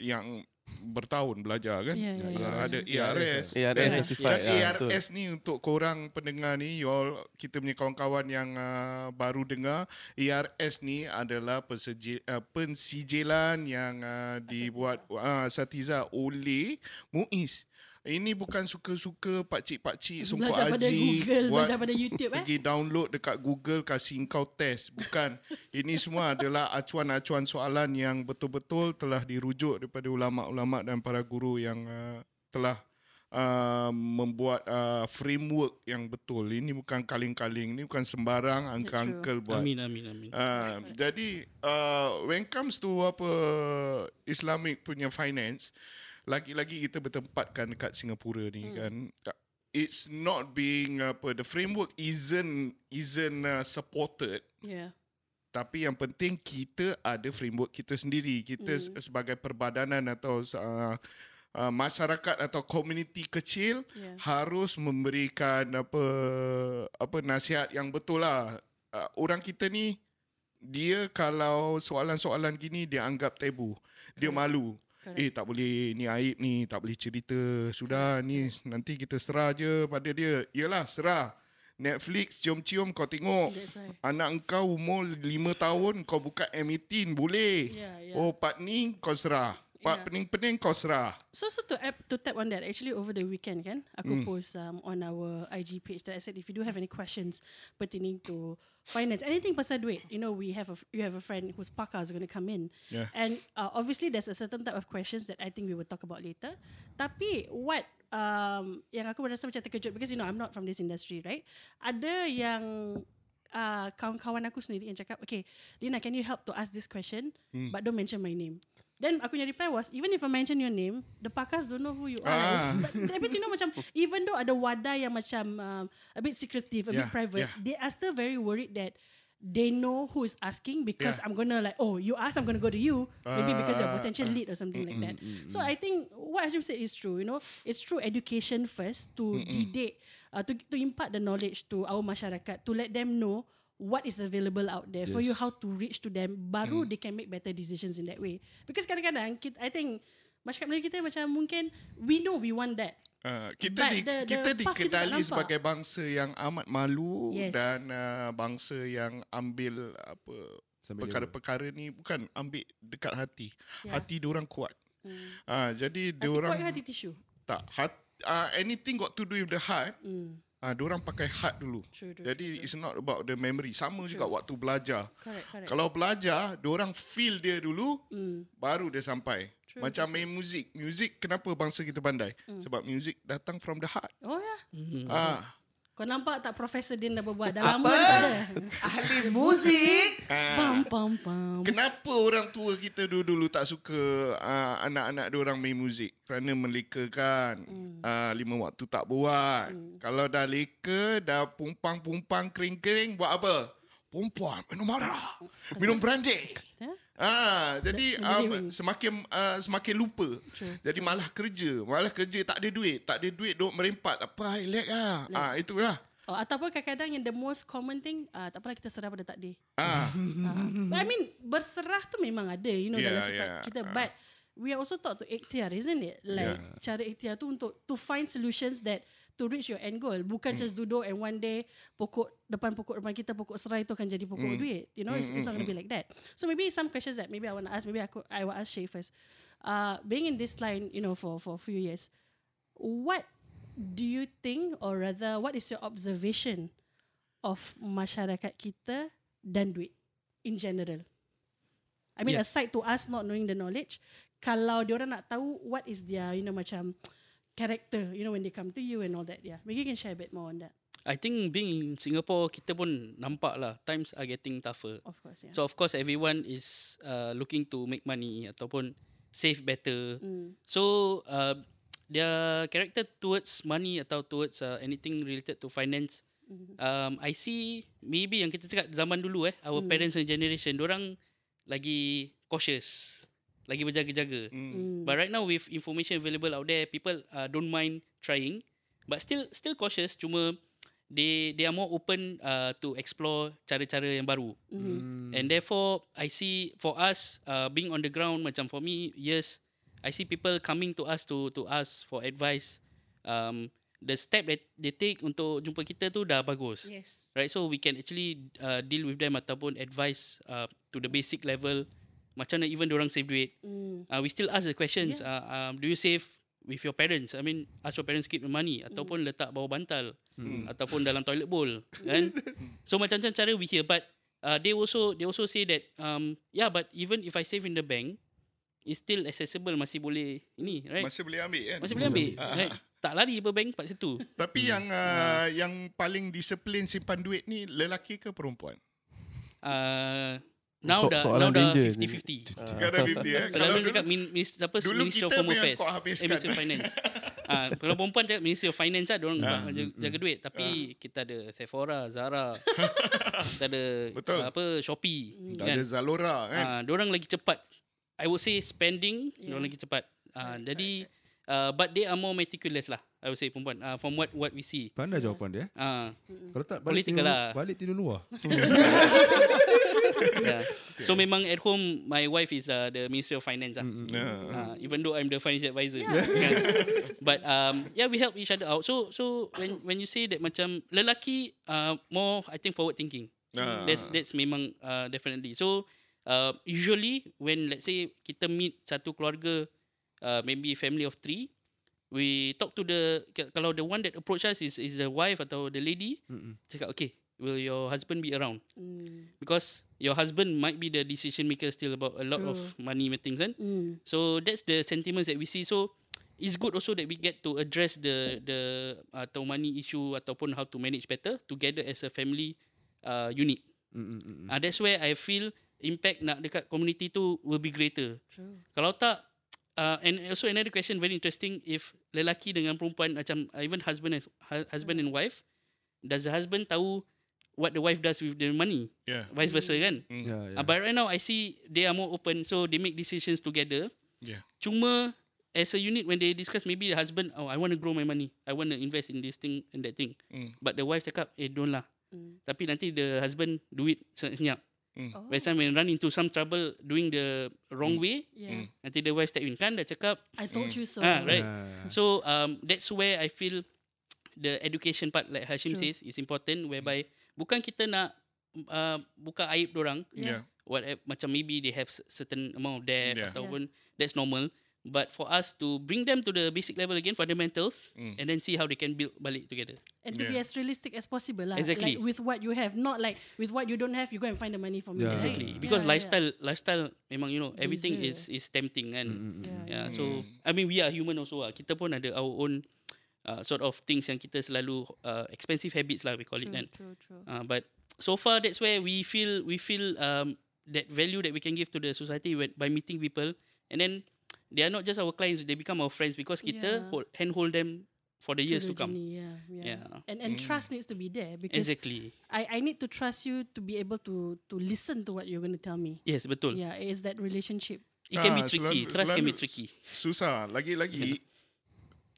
S3: yang bertahun belajar kan.
S2: Yeah, yeah, yeah.
S3: Uh, ada ERS.
S8: Yeah,
S3: Dan-
S8: that's certified.
S3: Dan
S8: Yeah, Ah, betul.
S3: ERS ni untuk korang pendengar ni, you all, kita punya kawan-kawan yang uh, baru dengar, ERS ni adalah persijil, uh, pensijilan yang uh, dibuat uh, Satiza oleh MUIS. Ini bukan suka-suka pakcik-pakcik songkok
S2: Belajar pada
S3: haji
S2: Google,
S3: buat
S2: belajar pada YouTube eh.
S3: pergi download dekat Google kasih kau test bukan *laughs* ini semua adalah acuan-acuan soalan yang betul-betul telah dirujuk daripada ulama-ulama dan para guru yang uh, telah uh, membuat uh, framework yang betul ini bukan kaling-kaling ini bukan sembarang angka-angkel buat
S6: Amin, amin, amin.
S3: Uh, jadi uh, when comes to apa Islamic punya finance, lagi-lagi kita bertempatkan dekat Singapura ni kan. It's not being apa the framework isn't isn't uh, supported
S2: Yeah.
S3: tapi yang penting kita ada framework kita sendiri. Kita mm. sebagai perbadanan atau uh, uh, masyarakat atau komuniti kecil
S2: Yeah.
S3: yeah. harus memberikan apa apa nasihat yang betul lah. Uh, orang kita ni dia kalau soalan-soalan gini dia anggap tabu. Dia malu.
S2: Correct.
S3: Eh tak boleh ni aib ni, tak boleh cerita. Sudah ni nanti kita serah je pada dia. Yalah serah. Netflix cium-cium kau tengok.
S2: That's why.
S3: Anak kau umur 5 tahun kau buka M18 boleh.
S2: Ya, ya.
S3: Oh pak ni kau serah.
S2: Ya.
S3: Pak pening-pening kau serah.
S2: So so to app, to tap on that actually over the weekend kan aku post um, on our IG page that I said if you do have any questions pertaining to finance anything pasal duit you know we have a you have a friend whose pakar is going to come in
S3: Yeah.
S2: and uh, obviously there's a certain type of questions that I think we will talk about later tapi what um, yang aku rasa macam terkejut because you know I'm not from this industry right ada yang uh, kawan-kawan aku sendiri yang cakap okay Lina can you help to ask this question
S3: Hmm.
S2: but don't mention my name Then aku punya reply was Even if I mention your name The pakars don't know who you are
S3: Ah.
S2: But Tapi you know macam Even though ada wadah yang macam um, A bit secretive A bit
S3: Yeah,
S2: private
S3: yeah.
S2: They are still very worried that they know who is asking because
S3: Yeah.
S2: I'm gonna like, oh, you ask, I'm gonna go to you. Maybe because you're a
S3: Ah,
S2: potential lead or something like that. So I think what Ashim said is true. You know, it's true education first to dedate, uh, to to impart the knowledge to our masyarakat to let them know what is available out there for you,
S5: Yes.
S2: how to reach to them. Baru they can make better decisions in that way. Because kadang-kadang kita, I think masyarakat Melayu kita macam mungkin we know we want that.
S3: Uh,
S2: But
S3: kita di,
S2: the- the
S3: kita
S2: path kita tak
S3: dikedali
S2: nampak.
S3: sebagai bangsa yang amat malu
S2: Yes.
S3: dan uh, bangsa yang ambil apa
S5: Sambil
S3: perkara-perkara ni bukan ambil dekat hati.
S2: Yeah.
S3: Hati diorang kuat.
S2: Ya. Hmm.
S3: Ah jadi
S2: Hati kuat
S3: diorang
S2: ke hati tisu.
S3: tak hat, uh, anything got to do with the heart.
S2: Hmm.
S3: Ah diorang pakai heart dulu.
S2: True, true,
S3: Jadi
S2: true, true.
S3: it's not about the memory. Sama juga waktu belajar.
S2: Correct, correct.
S3: Kalau belajar, diorang feel dia dulu,
S2: Hmm.
S3: baru dia sampai.
S2: True, Hmm.
S3: Macam main muzik. Muzik kenapa bangsa kita pandai? Sebab muzik datang from the heart.
S2: Oh ya.
S6: Hmm.
S3: Ah,
S2: Kau nampak tak Profesor Din dah berbuat dah lama daripada.
S9: Ahli muzik.
S2: Pam pam pam.
S3: Kenapa orang tua kita dulu-dulu tak suka uh, anak-anak diorang main muzik? Kerana meleka kan. Mm. Uh, lima waktu tak buat. Mm. Kalau dah leka, dah pumpang-pumpang kering-kering, buat apa? Perempuan, minum arak. Minum brandy.
S2: Huh?
S3: Ah, jadi um,
S2: Menyeleweng.
S3: semakin uh, semakin lupa. True. Jadi malah kerja, malah kerja tak ada duit, tak ada duit duk merempat. Apa relax lah. Ah, itulah.
S2: Oh, ataupun kadang-kadang yang the most common thing, uh, tak apalah kita serah pada takdir.
S3: Ah,
S2: Uh, I mean, berserah tu memang ada, you know,
S3: Yeah,
S2: dalam sifat
S3: yeah. Ah.
S2: kita. But we are also taught to ikhtiar, isn't it? Like,
S3: Yeah.
S2: cara ikhtiar tu untuk to find solutions that to reach your end goal.
S3: Hmm.
S2: Bukan just duduk and one day pokok depan pokok depan kita, pokok serai tu akan jadi
S3: Hmm.
S2: pokok duit. You know, it's, it's not going to be like that. So maybe some questions that maybe I want to ask, maybe I, could, I will ask Shay first. Uh, being in this line, you know, for, for a few years, what do you think or rather what is your observation of masyarakat kita dan duit in general? I mean yeah.
S6: Yeah.
S2: aside to us not knowing the knowledge, kalau diorang nak tahu what is their you know macam character, you know when they come to you and all that. Yeah. Maybe you can share a bit more on that.
S6: I think being in Singapore kita pun nampak lah times are getting tougher.
S2: Of course, yeah.
S6: So of course everyone is uh, looking to make money ataupun save better.
S2: mm.
S6: So uh, their character towards money atau towards uh, anything related to finance,
S2: mm-hmm.
S6: um, I see maybe yang kita cakap zaman dulu eh, our parents and generation, orang lagi cautious, lagi berjaga-jaga.
S3: Hmm.
S2: Mm.
S6: But right now with information available out there, people uh, don't mind trying, but still still cautious. Cuma they they are more open uh, to explore cara-cara yang baru.
S2: Mhm.
S8: Hmm.
S6: And therefore, I see for us uh, being on the ground, macam for me, yes, I see people coming to us to to ask for advice. Um, the step that they take untuk jumpa kita tu dah bagus,
S2: Yes.
S6: right? So we can actually uh, deal with them ataupun advice uh, to the basic level. Macam mana even orang save duit.
S2: Mm.
S6: Uh, we still ask the questions. Yeah. Uh, um, do you save with your parents? I mean, ask your parents to keep the money ataupun letak bawah bantal ataupun dalam toilet bowl, kan? so macam-macam cara we hear but uh, they also they also say that um yeah but even if I save in the bank, it's still accessible masih boleh ini, right?
S3: masih boleh ambil kan?
S6: Masih, boleh ambil. Right? Tak lari apa bank kat situ.
S3: Tapi hmm. yang uh, yang paling disiplin simpan duit ni lelaki ke perempuan?
S6: Uh, now
S8: So-
S6: dah
S8: soalan
S6: now dah
S8: danger.
S6: 50-50.
S8: *laughs*
S3: Sekarang 50 eh. *laughs* Kalau
S6: Selalu dia
S3: dulu,
S6: cakap min- Minis- apa,
S3: dulu
S6: Ministry of
S3: kita
S6: Home
S3: punya
S6: Affairs.
S3: kau
S6: Eh,
S3: habiskan.
S6: Ministry of
S3: *laughs*
S6: Finance. Ah, kalau perempuan cakap Ministry of Finance lah,
S3: Ah,
S6: diorang jaga,
S3: mm,
S6: jaga duit. Tapi kita ada Sephora,
S3: *laughs*
S6: Zara. kita ada
S3: Betul.
S6: apa Shopee.
S3: dah ada Zalora kan?
S6: Ah, diorang lagi cepat. I would say spending, yeah. diorang lagi cepat. Ah, jadi, uh, but they are more meticulous lah. I would say perempuan. Ah, from what what we see.
S5: Pandai jawapan dia. eh.
S3: *laughs*
S6: Ah,
S2: Hmm.
S5: Kalau tak balik
S6: Political
S5: tidur,
S6: lah.
S5: balik tidur luar.
S6: yeah. So memang at home, my wife is uh, the Ministry of Finance lah.
S3: Yeah.
S6: Uh, even though I'm the financial advisor. *laughs* Kan? But um, yeah, we help each other out. So so when when you say that macam lelaki uh, more I think forward thinking.
S3: Ah.
S6: That's that's memang uh, definitely. So uh, usually when let's say kita meet satu keluarga uh, maybe family of three, we talk to the k- kalau the one that approach us is is the wife atau the lady, cakap okay, will your husband be around?
S2: Mm.
S6: Because your husband might be the decision maker still about a lot of
S2: True.
S6: money and things kan.
S2: Mm.
S6: So that's the sentiments that we see. So it's good also that we get to address the the uh, atau money issue ataupun how to manage better together as a family uh, unit.
S2: Hmm,
S6: Mm, Uh, that's where I feel impact nak dekat community tu will be greater.
S2: True.
S6: Kalau tak uh, and also another question very interesting if lelaki dengan perempuan macam uh, even husband and, hu- husband and wife does the husband tahu what the wife does with the money.
S3: Yeah.
S6: Vice versa kan.
S5: Yeah, yeah.
S6: Uh, but right now I see they are more open, so they make decisions together.
S3: Yeah.
S6: Cuma as a unit when they discuss, maybe the husband, oh I want to grow my money, I want to invest in this thing and that thing.
S3: Mm.
S6: But the wife cakap, eh don't lah.
S2: mm.
S6: Tapi nanti the husband do it sen- senyap.
S2: Oh,
S6: Whereas time when run into some trouble doing the wrong way,
S2: yeah.
S6: nanti the wife step in kan dah cakap.
S2: I told you so.
S6: Mm. Ah, right.
S5: Yeah.
S6: So um, that's where I feel the education part, like Hashim
S2: True.
S6: says, is important. Whereby bukan kita nak uh, buka aib orang,
S3: Yeah.
S6: what eh, macam maybe they have s- certain amount of
S3: Yeah.
S6: debt yeah. ataupun yeah. that's normal but for us to bring them to the basic level again fundamentals
S3: Mm.
S6: mm. and then see how they can build balik together
S2: And to be
S3: Yeah.
S2: as realistic as possible lah.
S6: Exactly.
S2: Like with what you have, not like with what you don't have, you go and find the money from
S5: Yeah.
S2: it. right?
S6: exactly
S5: Ah.
S6: because
S2: Yeah,
S6: lifestyle lifestyle memang you know everything
S2: Beza.
S6: is is tempting kan
S5: Mm, mm, mm.
S2: Yeah.
S6: yeah so i mean we are human also ah. kita pun ada our own uh, sort of things yang kita selalu uh, expensive habits lah we call it kan
S2: True, true.
S6: Uh, but so far, that's where we feel we feel um, that value that we can give to the society when, by meeting people, and then they are not just our clients; they become our friends because kita
S2: Yeah.
S6: hold, handhold them for the years to
S2: True,
S6: come.
S2: Jenny, Yeah, yeah.
S6: Yeah. Mm.
S2: And and trust needs to be there because
S6: Exactly.
S2: I, I need to trust you to be able to to listen to what you're going to tell me.
S6: Yes, betul.
S2: Yeah, it's that relationship.
S6: It can be
S3: Ah,
S6: tricky.
S3: selalu-
S6: Trust can be
S3: selalu
S6: tricky.
S3: s- Susah.
S2: Ya.
S3: Lagi-lagi,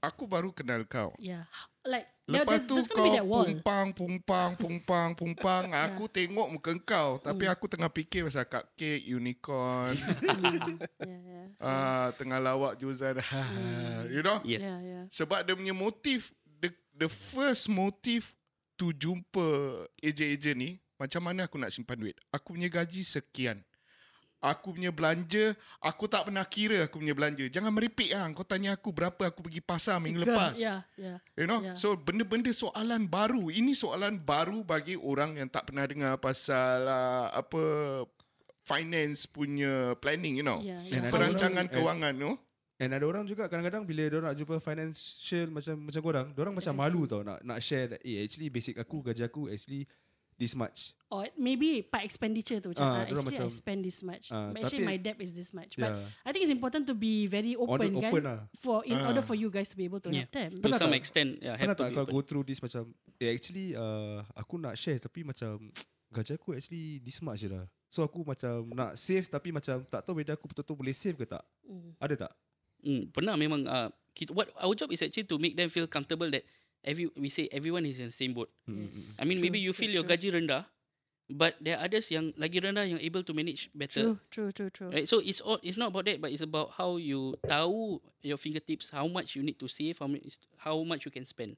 S3: aku baru kenal kau.
S2: Yeah. Like there- Ya, there's,
S3: Lepas tu
S2: there's
S3: kau
S2: going to be that wall. Ya.
S3: pumpang, pumpang, pumpang, pumpang. Aku tengok muka kau. Tapi
S2: Hmm.
S3: aku tengah fikir pasal cupcake,
S2: *laughs*
S3: unicorn,
S2: *laughs* Yeah, yeah.
S3: ah, tengah lawak *laughs* Juzan.
S2: Hmm.
S3: you know?
S6: *laughs* Yeah.
S2: Yeah, yeah.
S3: Sebab dia punya motif, the, the first motif to jumpa ejen-ejen ni, macam mana aku nak simpan duit? Aku punya gaji sekian. Aku punya belanja, aku tak pernah kira aku punya belanja. Jangan meripik lah. Kau tanya aku berapa aku pergi pasar minggu lepas.
S2: Yeah, yeah.
S3: You know, yeah.
S2: Yeah.
S3: so benda-benda soalan baru. Ini soalan baru bagi orang yang tak pernah dengar pasal uh, apa finance punya planning, you know.
S2: Yeah,
S5: And
S2: yeah.
S5: ada
S3: Perancangan
S5: orang-
S3: kewangan, you know.
S5: And ada orang juga kadang-kadang bila dia nak jumpa financial macam macam korang, orang macam malu tau nak nak share that, eh actually basic aku gaji aku actually this much.
S2: Or maybe per expenditure tu macam
S5: Ah,
S2: ah,
S5: dorang
S2: actually I
S5: macam-
S2: spend this much.
S5: Ah,
S2: but actually
S5: tapi-
S2: my debt is this much. But
S5: Yeah.
S2: I think it's important to be very open,
S5: Open-
S2: kan?
S5: open lah.
S2: For in
S3: Ah.
S2: order for you guys to be able to
S6: Yeah.
S2: help them.
S6: To
S5: Pernah
S6: some
S5: tak-
S6: extent, yeah,
S5: Pernah
S6: have to
S5: tak
S6: be
S5: kau
S6: open.
S5: go through this macam eh actually uh, aku nak share tapi macam gaji aku actually this much je lah. So aku macam nak save tapi macam tak tahu whether aku betul-betul boleh save ke tak. Ada tak?
S6: Mm, pernah memang uh, kita, what our job is actually to make them feel comfortable that every we say everyone is in the same boat.
S5: Mm,
S2: Yes.
S6: I mean,
S2: True,
S6: maybe you feel
S2: that's
S6: your gaji rendah, but there are others yang lagi rendah yang able to manage
S2: True,
S6: better.
S2: true, true, true.
S6: uh, Right, so it's all it's not about that, but it's about how you tahu your fingertips, how much you need to save, how much how much you can spend.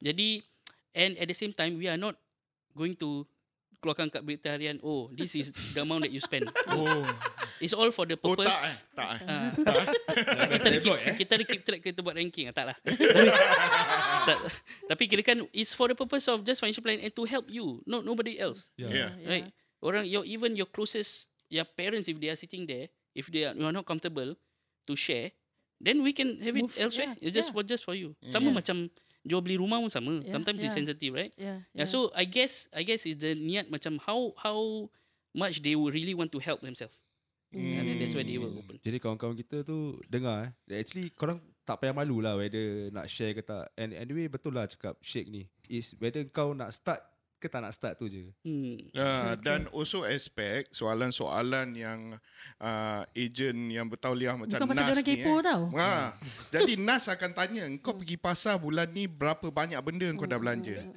S6: Jadi, and at the same time, we are not going to keluarkan kat berita harian. Oh, this is the amount that you spend.
S3: Oh,
S6: It's all for the
S3: oh
S6: purpose.
S3: tak eh? Tak eh?
S6: Ah. kita ada keep, kita ada keep track kita buat ranking ah, tak lah tak, tapi kira kan it's for the purpose of just financial planning and to help you no nobody else
S3: Yeah.
S6: right orang your even your closest your parents if they are sitting there if they are you are not comfortable to share then we can have it
S2: Move,
S6: elsewhere
S2: yeah,
S6: it's just
S2: yeah.
S6: for just for you sama
S2: Yeah.
S6: macam jual beli rumah pun sama
S2: Yeah,
S6: sometimes it's
S2: yeah.
S6: sensitive right
S2: Yeah,
S6: yeah. so i guess i guess is the niat macam how how much they will really want to help themselves
S3: Hmm.
S6: and then that's where they will open
S5: Jadi kawan-kawan kita tu dengar eh. that Actually korang tak payah malu lah whether nak share ke tak. And anyway betul lah cakap Sheikh ni. Is whether kau nak start ke tak nak start tu je.
S6: hmm.
S3: Uh, dan also expect soalan-soalan yang uh, ejen yang bertauliah macam
S2: Bukan pasal
S3: Nas
S2: diorang
S3: ni
S2: kepo
S3: eh.
S2: tau.
S3: Ha. Jadi Nas akan tanya Kau pergi pasar bulan ni Berapa banyak benda
S2: Oh,
S3: kau dah belanja
S2: eh,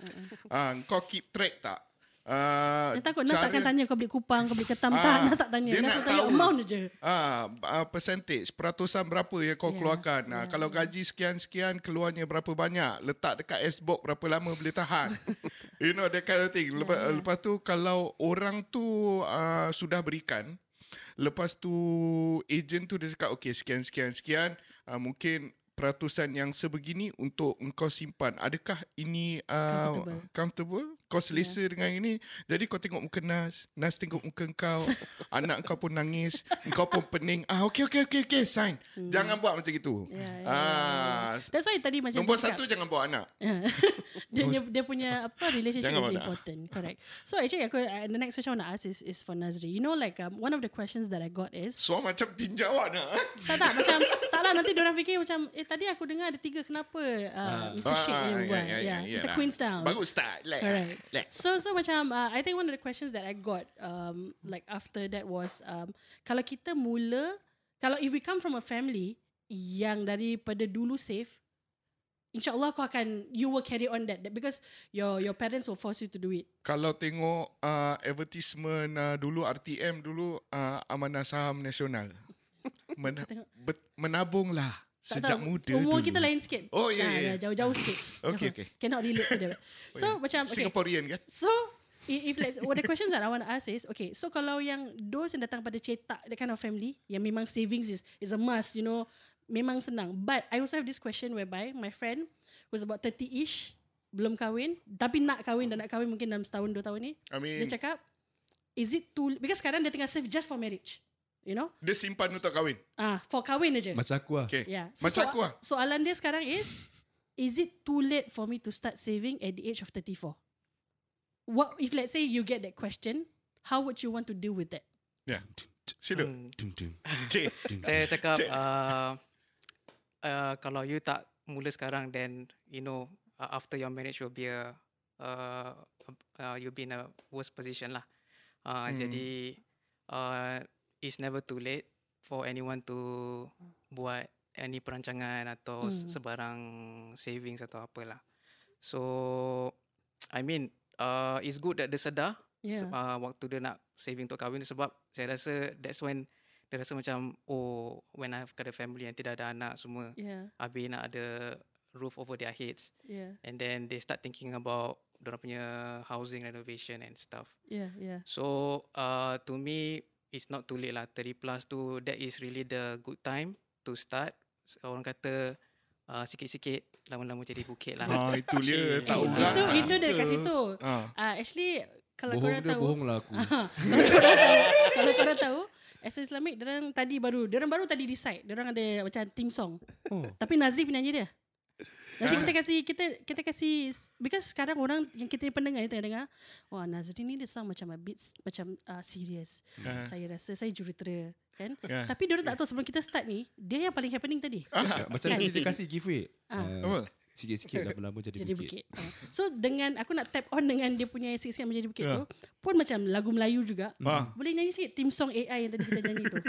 S3: Ah, Kau keep track tak Ah,
S2: Dia takut Nas takkan
S3: cara-
S2: tanya kau beli kupang, kau beli ketam
S3: Ah,
S2: tak. Nas tak tanya.
S3: dia
S2: Nas
S3: nak
S2: tak tanya
S3: tahu.
S2: amount je.
S3: Ah, ah, percentage peratusan berapa yang kau
S2: Ya,
S3: keluarkan. Ah,
S2: ya.
S3: kalau gaji sekian-sekian keluarnya berapa banyak, letak dekat S-box berapa lama boleh
S2: *laughs*
S3: tahan. you know that kind of thing. Lepas,
S2: Ya,
S3: lepas tu kalau orang tu ah, sudah berikan, lepas tu agent tu dia cakap okey sekian sekian sekian, ah, mungkin peratusan yang sebegini untuk engkau simpan. Adakah ini ah,
S2: Comfortable. Ya.
S3: comfortable? Kau selesa yeah. dengan ini? Jadi kau tengok muka Nas, Nas tengok muka
S2: *laughs*
S3: kau, anak kau pun nangis, kau pun pening. Ah okey okey okey okey sign. Jangan buat macam itu.
S2: Hmm. Ya, ya,
S3: ah
S2: That's why tadi macam
S3: Nombor
S2: dia cakap-
S3: satu jangan bawa anak.
S2: dia, dia, dia punya apa relationship
S3: Jangan
S2: is
S3: marah.
S2: important correct so actually aku, uh, the next question I want to ask is, is for Nazri you know like um, one of the questions that I got is
S3: So macam tinjauan lah. eh.
S2: tak tak
S3: *laughs*
S2: macam tak lah nanti diorang fikir macam eh tadi aku dengar ada tiga kenapa uh, Mr. Sheikh yang
S3: Ah,
S2: buat
S3: ya, ya,
S2: yeah,
S3: ya,
S2: Mr.
S3: lah.
S2: Queenstown
S3: Bagus tak? Like,
S2: Ah. Correct.
S6: Correct.
S2: So so macam uh, I think one of the questions that I got um like after that was um kalau kita mula kalau if we come from a family yang daripada dulu safe insyaallah kau akan you will carry on that, that because your your parents will force you to do it.
S3: Kalau tengok uh, advertisement uh, dulu RTM dulu uh, amanah saham nasional. Men-
S2: Tengok.
S3: bet- menabunglah
S2: Tak
S3: sejak
S2: tahu,
S3: muda
S2: umur
S3: dulu.
S2: kita lain sikit.
S3: Oh, ya,
S2: Ah,
S3: ya, Oh, ya.
S2: dah Jauh-jauh sikit. Jauh.
S3: Okay, okay.
S2: Cannot relate to
S3: *laughs*
S2: that. So macam okay.
S3: Singaporean kan?
S2: So i- if let's well, the questions that I want to ask is okay so kalau yang those yang datang pada cetak that kind of family yang memang savings is is a must you know memang senang but I also have this question whereby my friend who's about 30ish belum kahwin tapi nak kahwin dan nak kahwin mungkin dalam setahun dua tahun ni
S3: I mean,
S2: dia cakap is it too because sekarang dia tengah save just for marriage you know
S3: dia simpan untuk kahwin.
S2: ah for kahwin aja
S5: Macam aku lah.
S3: Okay.
S2: yeah
S3: Macam aku lah.
S2: soalan dia sekarang is is it too late for me to start saving at the age of 34 what if let's say you get that question how would you want to deal with that
S3: Yeah. Ya. Sila.
S7: Hmm.
S5: Dum, dum,
S3: Cik.
S5: dum,
S7: Saya
S5: dum.
S7: cakap
S3: Cik.
S7: uh, uh, kalau you tak mula sekarang then you know uh, after your marriage will be a uh, uh, you'll be in a worse position lah. Uh,
S3: Hmm.
S7: Jadi uh, it's never too late for anyone to buat any perancangan atau
S2: Hmm.
S7: hmm. sebarang savings atau apalah. So I mean uh, it's good that dia sedar yeah.
S2: yeah
S7: se- uh, waktu dia nak saving untuk kahwin tu sebab saya rasa that's when dia rasa macam oh when I've got a family yang tidak ada anak semua
S2: yeah
S7: habis nak ada roof over their heads
S2: yeah
S7: and then they start thinking about dorang punya housing renovation and stuff
S2: yeah yeah
S7: so uh, to me it's not too late lah 30 plus tu that is really the good time to start So, orang kata uh, sikit-sikit lama-lama jadi bukit
S3: *laughs*
S7: lah
S3: Ah, itu dia. Tak
S7: Eh,
S3: ulang.
S2: itu
S3: tak
S2: itu dia kat
S3: kita.
S2: situ
S3: Ah.
S2: uh, actually kalau
S5: Bohong
S2: korang
S5: dia
S2: tahu
S5: bohong lah aku.
S2: kalau korang tahu As Islamic Diorang tadi baru Diorang baru tadi decide Diorang ada macam Team song
S5: Oh.
S2: Tapi Nazri penyanyi dia Nasib kita kasi kita kita kasi because sekarang orang yang kita pendengar ni tengah dengar wah Nazri ni dia sound macam a bit s- macam uh, serious.
S3: Ah.
S2: Saya rasa saya jurutera kan.
S3: Ya.
S2: Tapi dia tak tahu sebelum kita start ni dia yang paling happening tadi.
S5: Ya, Macam tadi dia kasih giveaway.
S2: Ah.
S5: Ah,
S3: Apa?
S5: Sikit-sikit lama-lama jadi
S2: Jadi
S5: bukit.
S2: bukit. Ah. So dengan aku nak tap on dengan dia punya sikit-sikit menjadi bukit
S3: Ya.
S2: tu pun macam lagu Melayu juga.
S5: Hmm.
S3: Ah.
S2: Boleh nyanyi sikit team song AI yang tadi kita nyanyi tu.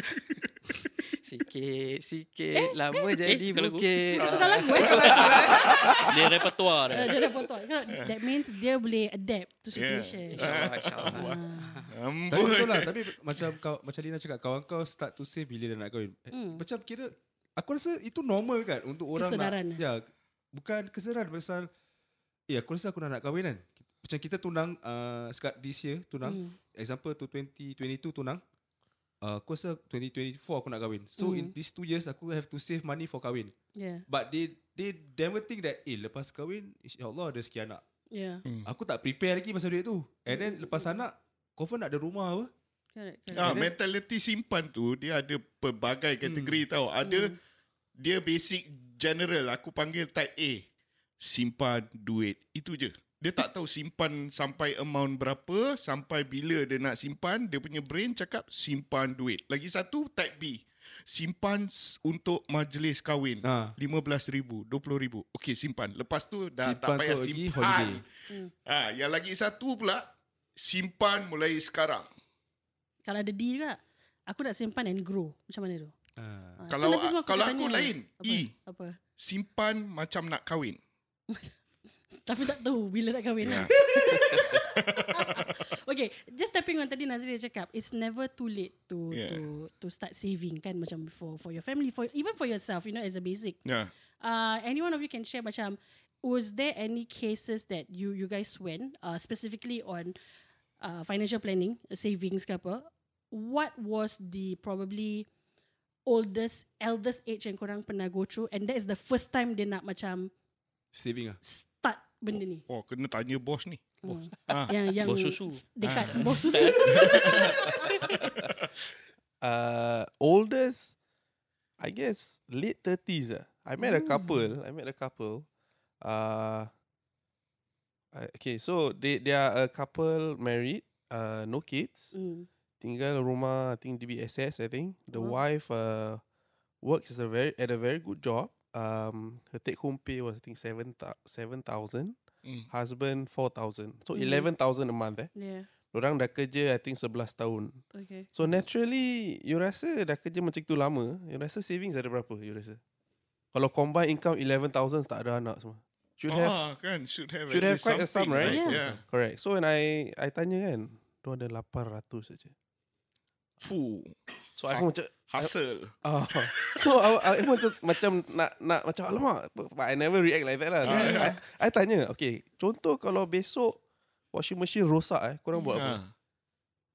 S7: sikit-sikit lama jadi
S6: kalau aku-
S7: bukit
S2: Kita
S7: Ah.
S2: tukar lagu eh.
S6: *laughs* Dia repertoire
S2: Ah, *laughs*
S6: dia.
S2: Dia dah potong. Kalau- That means dia boleh adapt to
S3: Yeah. *laughs*
S2: situation.
S7: InsyaAllah, insyaAllah.
S2: Ah.
S5: Tapi
S3: Amboi.
S5: betul lah Tapi macam kau, macam Lina cakap Kawan kau start to save Bila dia nak kahwin
S2: Hmm.
S5: mm. Macam kira Aku rasa itu normal kan Untuk orang
S2: Kesedaran. lah.
S5: nak ya, Bukan kesedaran Pasal Eh aku rasa aku dah nak kahwin kan Macam kita tunang uh, Sekat this year Tunang
S2: Hmm.
S5: Example tu 2022 tunang uh, Aku rasa 2024 aku nak kahwin So mm. in
S2: Hmm.
S5: these two years Aku have to save money for kahwin
S2: Yeah.
S5: But they They never think that Eh lepas kahwin InsyaAllah ada sekian anak
S2: Yeah.
S5: Aku tak prepare lagi pasal duit tu And then lepas anak Confirm nak ada rumah apa
S2: Correct. correct.
S3: Ah, mentality simpan tu dia ada pelbagai kategori hmm. tau. Ada hmm. dia basic general aku panggil type A. Simpan duit. Itu je. Dia tak tahu simpan sampai amount berapa, sampai bila dia nak simpan, dia punya brain cakap simpan duit. Lagi satu type B. Simpan s- untuk majlis kahwin.
S5: ah.
S3: RM15,000, RM20,000. Okey, simpan. Lepas tu dah
S5: Simpan
S3: tak payah
S5: untuk pergi
S3: simpan.
S5: holiday.
S3: Ha, yang lagi satu pula, simpan mulai sekarang.
S2: Kalau ada D juga, aku nak simpan and grow. Macam mana tu?
S5: Ah.
S2: Ah, tu
S3: Kalau-
S2: nanti semua
S3: kalau
S2: akan
S3: aku
S2: tanya.
S3: lain,
S2: Apa?
S3: E.
S2: Apa?
S3: Simpan macam nak kahwin.
S2: Tapi tak tahu bila nak kahwin.
S3: Ya.
S2: Yeah. *laughs* okay, just tapping on tadi Nazri dia cakap, it's never too late to yeah.
S3: Yeah.
S2: to to start saving kan macam for for your family, for even for yourself, you know, as a basic.
S3: Ya.
S2: uh, any one of you can share macam was there any cases that you you guys went uh, specifically on uh, financial planning savings ke apa what was the probably oldest eldest age yang korang pernah go through and that is the first time dia nak macam
S5: Saving ah.
S2: start benda ni
S3: Oh, kena tanya bos ni.
S2: hmm.
S3: Ah. *laughs*
S2: yang yang
S6: Bos susu.
S2: dekat bos susu
S8: Uh, oldest, I guess late thirties. Uh. I met a
S2: Mm.
S8: couple. I met a couple. Uh, I- okay, so they they are a couple married. Uh, no kids.
S2: mm.
S8: Tinggal rumah. I think DBSS. I think the
S2: Wow.
S8: wife uh works as a very at a very good job. Um, her take home pay was I think seven thou- seven thousand.
S3: Mm.
S8: husband 4000 so 11000 a month eh
S2: Yeah.
S8: orang dah kerja I think 11 tahun
S2: Okay.
S8: so naturally you rasa dah kerja macam tu lama you rasa savings ada berapa you rasa kalau combine income 11000 tak ada anak semua should have
S3: Ah, kan should have
S8: should
S3: at
S8: have
S3: least
S8: quite a sum,
S3: something,
S8: right?
S2: Yeah.
S3: yeah.
S8: correct so when I I tanya kan tu ada 800 saja
S3: Fuh,
S8: so aku macam
S3: hustle.
S8: Ah, *laughs* so I, I, aku macam macam nak nak macam alamak but I never react like that lah.
S3: Ah, yeah.
S8: I, I tanya, okay, contoh kalau besok washing machine rosak eh, korang buat apa?
S3: Ha.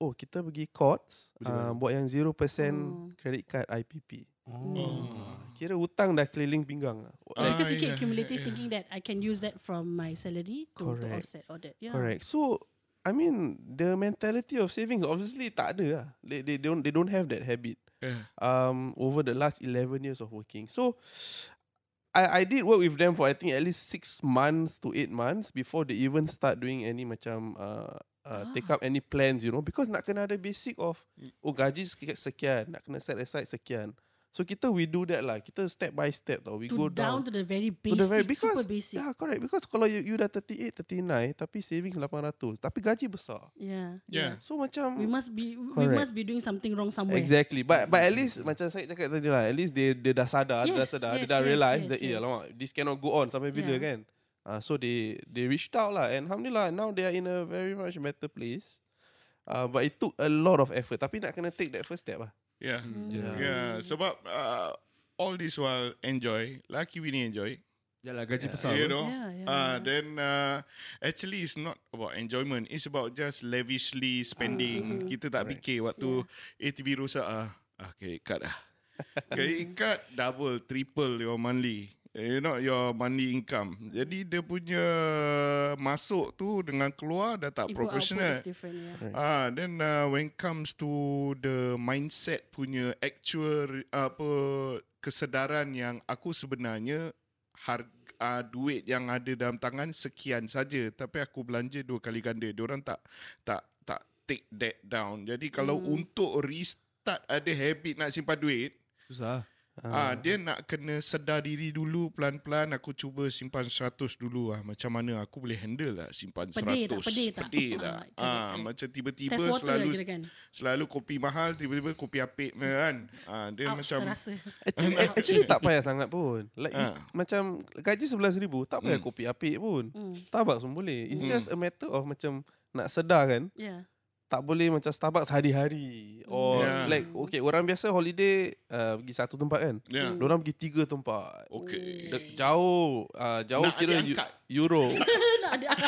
S8: Oh, kita pergi Courts,
S5: Beli
S8: uh,
S5: baru.
S8: buat yang 0%
S2: Oh.
S8: credit card IPP.
S5: Oh.
S8: Kira hutang dah keliling pinggang lah.
S3: Ah,
S2: Because you keep
S3: yeah,
S2: accumulating,
S3: yeah.
S2: thinking that I can use that from my salary to, to
S8: Correct.
S2: offset all that. Yeah.
S8: Correct. So I mean the mentality of savings obviously tak ada lah. They they don't they don't have that habit.
S3: Yeah.
S8: Um over the last 11 years of working. So I I did work with them for I think at least 6 months to 8 months before they even start doing any macam uh, uh, take up any plans you know because nak kena ada basic of oh gaji sek- sekian, nak kena set aside sekian. So kita we do that lah. Kita step by step tau. We
S2: To
S8: go
S2: down, to
S8: down.
S2: the very
S8: To
S2: basic,
S8: the very-
S2: super basic.
S8: Yeah, correct. Because kalau you, you dah 38, 39, tapi savings 800, tapi gaji besar.
S2: Yeah.
S3: Yeah.
S8: So macam
S2: We must be we
S8: Hmm. Correct.
S2: must be doing something wrong somewhere.
S8: Exactly. But but at least macam saya cakap tadi lah, at least dia dia dah sadar, dia dah
S2: Yes,
S8: sadar,
S2: yes,
S8: dia dah
S2: yes,
S8: realise
S2: yes,
S8: that eh
S2: yes.
S8: alamak, this cannot go on sampai bila
S2: Yeah.
S8: kan. Uh, so they they reached out lah and alhamdulillah now they are in a very much better place. Uh, but it took a lot of effort tapi nak kena take that first step lah.
S3: Yeah.
S8: Yeah.
S3: Yeah. Sebab uh, all this while enjoy, laki bini enjoy.
S5: Yalah gaji besar.
S3: Ya, you
S5: apa?
S3: know.
S2: Yeah, yeah,
S3: uh,
S2: yeah.
S3: Then uh, actually it's not about enjoyment. It's about just lavishly spending. Kita tak fikir waktu ATV rosak ah, ah credit card ah. credit card double, triple your monthly. You know your monthly income. Jadi dia punya masuk tu dengan keluar dah tak
S2: If
S3: proportional.
S2: Is different, yeah.
S3: Ah, then uh, when comes to the mindset punya actual uh, apa kesedaran yang aku sebenarnya harga uh, duit yang ada dalam tangan sekian saja tapi aku belanja dua kali ganda. Diorang tak tak tak take that down. Jadi kalau hmm. untuk restart ada habit nak simpan duit,
S5: Susah.
S3: Ah, dia nak kena sedar diri dulu pelan-pelan aku cuba simpan 100 dulu ah macam mana aku boleh handle lah simpan
S2: Pedih
S3: 100
S2: tak, pedih tak?
S3: pedih
S2: Ah,
S3: tak
S2: correct,
S3: ah
S2: correct.
S3: macam tiba-tiba
S2: Test water
S3: selalu
S2: lah kira kan.
S3: selalu kopi mahal tiba-tiba kopi apik kan ah dia
S2: Ouch,
S3: macam
S2: terasa.
S8: Actually, a- actually tak payah sangat pun. Like
S3: Ah.
S8: uh. macam gaji 11000 tak payah kopi apik pun.
S2: Hmm.
S3: *laughs*
S8: Starbucks pun boleh. It's
S3: Mm.
S8: just a matter of macam nak sedar kan.
S2: Yeah.
S8: tak boleh macam Starbucks hari-hari
S3: Yeah.
S8: or yeah. like okay orang biasa holiday uh, pergi satu tempat kan
S3: ya
S8: yeah. orang pergi tiga tempat
S2: Oh.
S3: okey
S8: De- jauh uh, jauh
S3: Nak
S8: kira
S3: diangkat.
S8: eu- euro
S3: *laughs* Hmm.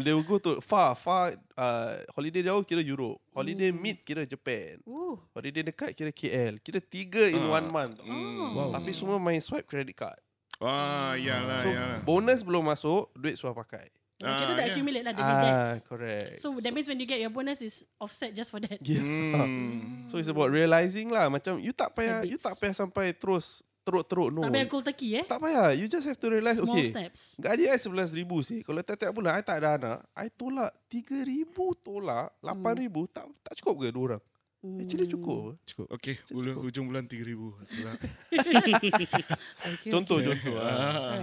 S8: they will go to far far uh, holiday jauh kira Europe holiday
S3: Hmm.
S8: mid kira Japan
S2: Ooh.
S8: holiday dekat kira KL kira tiga in
S3: Ah.
S8: one month
S2: Oh.
S3: Hmm.
S5: Wow.
S8: tapi semua main swipe credit card
S3: ah yalah
S8: so
S3: yalah
S8: bonus belum masuk duit sudah pakai
S2: Ah, kita dah
S3: Ah, yeah.
S2: accumulate lah the
S8: ah
S2: debts.
S8: correct
S2: So that means when you get your bonus is offset just for that.
S8: yeah.
S3: hmm
S8: *laughs* So it's about realizing lah macam you tak payah you
S2: Habits.
S8: tak payah sampai terus teruk-teruk no.
S2: Tak payah cold turkey eh.
S8: tak payah. You just have to realize
S2: Small
S8: okay.
S2: steps.
S8: Gaji I 11000 sih. Kalau tiap-tiap bulan I tak ada anak, I tolak 3000 tolak
S2: Hmm.
S8: 8000 tak tak cukup ke dua orang? Hmm. Actually cukup. apa?
S3: okey bulan- hujung bulan 3000 itulah
S2: Okay, *laughs*
S8: Contoh contoh.
S2: Okay.
S8: ah.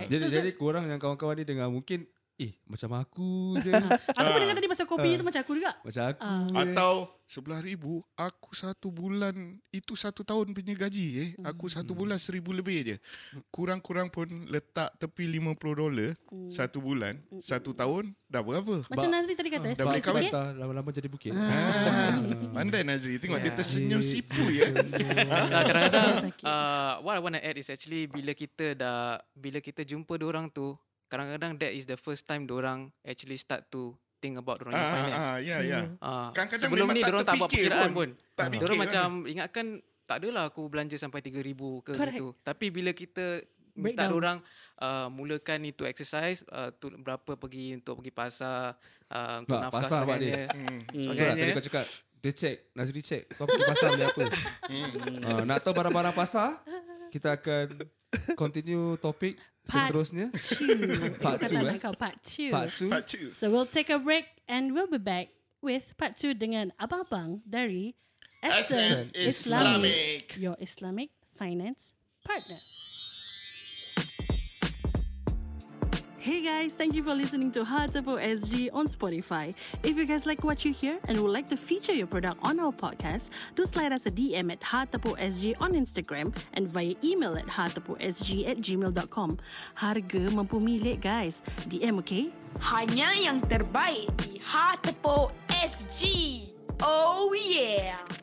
S2: Alright.
S5: Jadi
S2: So, so,
S5: jadi korang yang kawan-kawan ni dengar mungkin eh macam aku
S2: *laughs*
S5: je.
S2: Ah. aku
S3: Ah.
S2: pun dengar tadi pasal
S8: Ah.
S2: kopi tu macam aku juga.
S5: macam aku.
S2: Ah.
S5: je.
S3: Atau sebelah ribu Aku satu bulan Itu satu tahun punya gaji eh.
S7: Hmm.
S3: Aku satu bulan seribu lebih je Kurang-kurang pun Letak tepi 50 dolar Satu bulan
S7: Hmm.
S3: Satu tahun Dah
S2: Hmm.
S3: berapa
S2: Macam Nazri tadi
S8: Ah.
S2: kata,
S3: Dah beli
S5: Sebab
S3: kahwin?
S5: aku dah Ah, lama-lama jadi bukit.
S3: Ah, Pandai Nazri Tengok dia tersenyum sipu ya *laughs*
S7: Ah, *laughs* kadang-kadang
S2: Sakit.
S7: uh, what I want to add is actually bila kita dah bila kita jumpa orang tu, kadang-kadang that is the first time orang actually start to think about orang
S3: Ah,
S7: finance.
S3: ah, Ya ya
S7: Ah,
S3: Kadang-kadang
S7: sebelum
S3: memang
S7: ni
S3: tak
S7: dorang tak buat
S3: terfikir
S7: perkiraan
S3: pun.
S7: pun.
S3: Tak kan.
S7: Dorang
S3: fikir lah.
S7: macam ingatkan tak adalah aku belanja sampai 3000 ke
S2: Correct.
S7: gitu. Tapi bila kita minta
S2: Breakdown.
S7: orang uh, mulakan itu exercise uh, tu berapa pergi untuk pergi pasar uh, untuk
S5: Mak,
S7: nafkah
S5: pasar buat dia.
S7: sebagainya.
S3: Hmm.
S5: Betul lah, tadi
S7: Sebagainya.
S5: kau cakap dia check, Nazri check. Kau pergi pasar beli apa?
S3: Hmm.
S5: Ah, nak tahu barang-barang pasar? Kita akan continue topik
S2: Part
S5: seterusnya. Part
S2: Kata
S5: two,
S2: anak
S5: eh.
S2: kau, part two.
S5: Part 2.
S3: Part two.
S2: So we'll take a break and we'll be back with part two dengan Abang Abang dari Ascent
S3: Ascent Islamic.
S2: Islamic, your Islamic finance partner. Hey guys, thank you for listening to Hartable SG on Spotify. If you guys like what you hear and would like to feature your product on our podcast, do slide us a DM at Hartable SG on Instagram and via email at hartaposg at gmail.com. Harga mampu milik guys. DM okay?
S9: Hanya yang terbaik di Hatepo SG. Oh yeah.